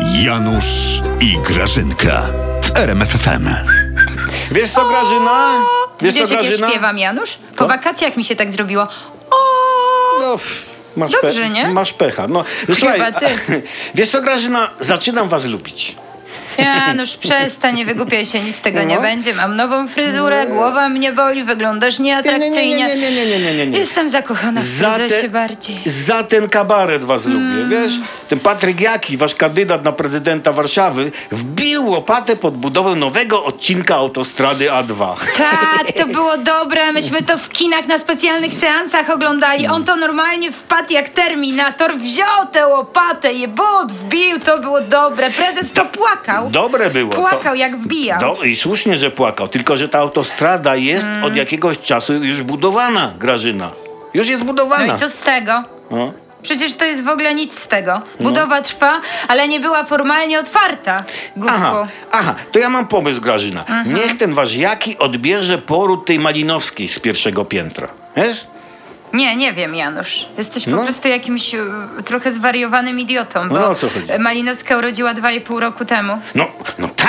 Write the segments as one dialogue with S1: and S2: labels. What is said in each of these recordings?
S1: Janusz i Grażynka w RMFFM.
S2: Wiesz co, Grażyna? Wiesz co,
S3: Wiesz, jak ja
S2: Grażyna?
S3: śpiewam, Janusz? Po wakacjach mi się tak zrobiło.
S2: No, pff, masz
S3: Dobrze,
S2: pe-
S3: nie?
S2: Masz pecha. No, no,
S3: Chyba
S2: słuchaj,
S3: ty.
S2: Wiesz co, Grażyna? Zaczynam was lubić.
S3: Janusz, przestań, nie wygłupiaj się, nic z tego nie
S2: No.
S3: będzie. Mam nową fryzurę, głowa mnie boli, wyglądasz
S2: Nie, nie, nie, nie,
S3: nieatrakcyjnie.
S2: nie, nie, nie, nie, nie, nie.
S3: Jestem zakochana w prezesie bardziej. Mm.
S2: za ten kabaret was lubię, wiesz? Ten Patryk Jaki, wasz kandydat na prezydenta Warszawy, wbił łopatę pod budowę nowego odcinka autostrady A2.
S3: Tak, to było dobre. Myśmy to w kinach na specjalnych seansach oglądali. On to normalnie wpadł jak terminator, wziął tę łopatę, je but, wbił, to było dobre. Prezes to płakał.
S2: Dobre było. to-
S3: Płakał jak wbijał.
S2: No i słusznie, że płakał, tylko że ta autostrada jest
S3: Mm.
S2: od jakiegoś czasu już budowana, Grażyna. Już jest budowana.
S3: No i co z tego?
S2: No.
S3: Przecież to jest w ogóle nic z tego. Budowa trwa, ale nie była formalnie otwarta.
S2: Aha,
S3: Głupku.
S2: aha, to ja mam pomysł, Grażyna.
S3: Mhm.
S2: Niech ten wasz Jaki odbierze poród tej Malinowskiej z pierwszego piętra. Wiesz?
S3: Nie, nie wiem, Janusz. Jesteś po
S2: No.
S3: prostu jakimś e, trochę zwariowanym idiotą. Bo
S2: No, o co chodzi?
S3: Malinowska urodziła dwa i pół roku temu.
S2: No, no tak,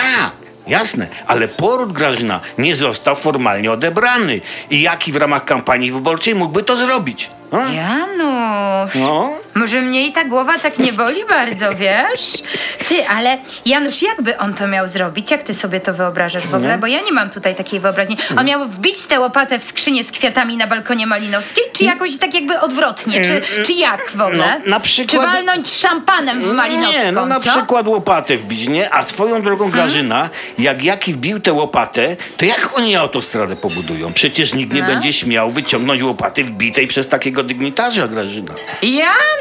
S2: jasne, ale poród, Grażyna, nie został formalnie odebrany. I Jaki w ramach kampanii wyborczej mógłby to zrobić? No,
S3: Janusz.
S2: no.
S3: Może mnie i ta głowa tak nie boli bardzo, wiesz? Ty, ale Janusz, jakby on to miał zrobić? Jak ty sobie to wyobrażasz w ogóle? Bo ja nie mam tutaj takiej wyobraźni. On miał wbić tę łopatę w skrzynię z kwiatami na balkonie Malinowskiej? Czy jakoś tak jakby odwrotnie? Czy, czy jak w ogóle?
S2: No, na przykład-
S3: Czy walnąć szampanem w Malinowską,
S2: Nie, no na
S3: co? Mhm.
S2: przykład łopatę wbić, nie? A swoją drogą Grażyna, jak Jaki wbił tę łopatę, to jak oni autostradę pobudują? Przecież nikt nie
S3: No.
S2: będzie śmiał wyciągnąć łopaty wbitej przez takiego dygnitarza, Grażyna.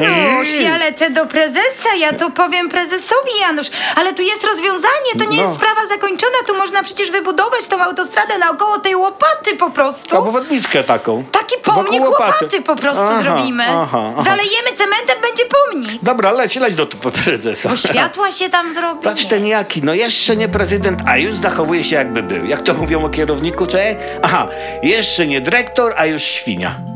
S3: Janusz,
S2: Mm.
S3: ja lecę do prezesa, ja to powiem prezesowi, Janusz. Ale tu jest rozwiązanie, to nie
S2: No.
S3: jest sprawa zakończona. Tu można przecież wybudować tą autostradę naokoło tej łopaty po prostu.
S2: Obwodniczkę taką.
S3: Taki
S2: Wokół
S3: pomnik
S2: łopaty.
S3: łopaty po prostu
S2: Aha,
S3: zrobimy.
S2: aha, aha.
S3: Zalejemy cementem, będzie pomnik.
S2: Dobra, leć, leć do t- prezesa.
S3: Bo światła się tam zrobi.
S2: Patrz ten jaki, no jeszcze nie prezydent, a już zachowuje się jakby był. Jak to mówią o kierowniku, czy? Aha, jeszcze nie dyrektor, a już świnia.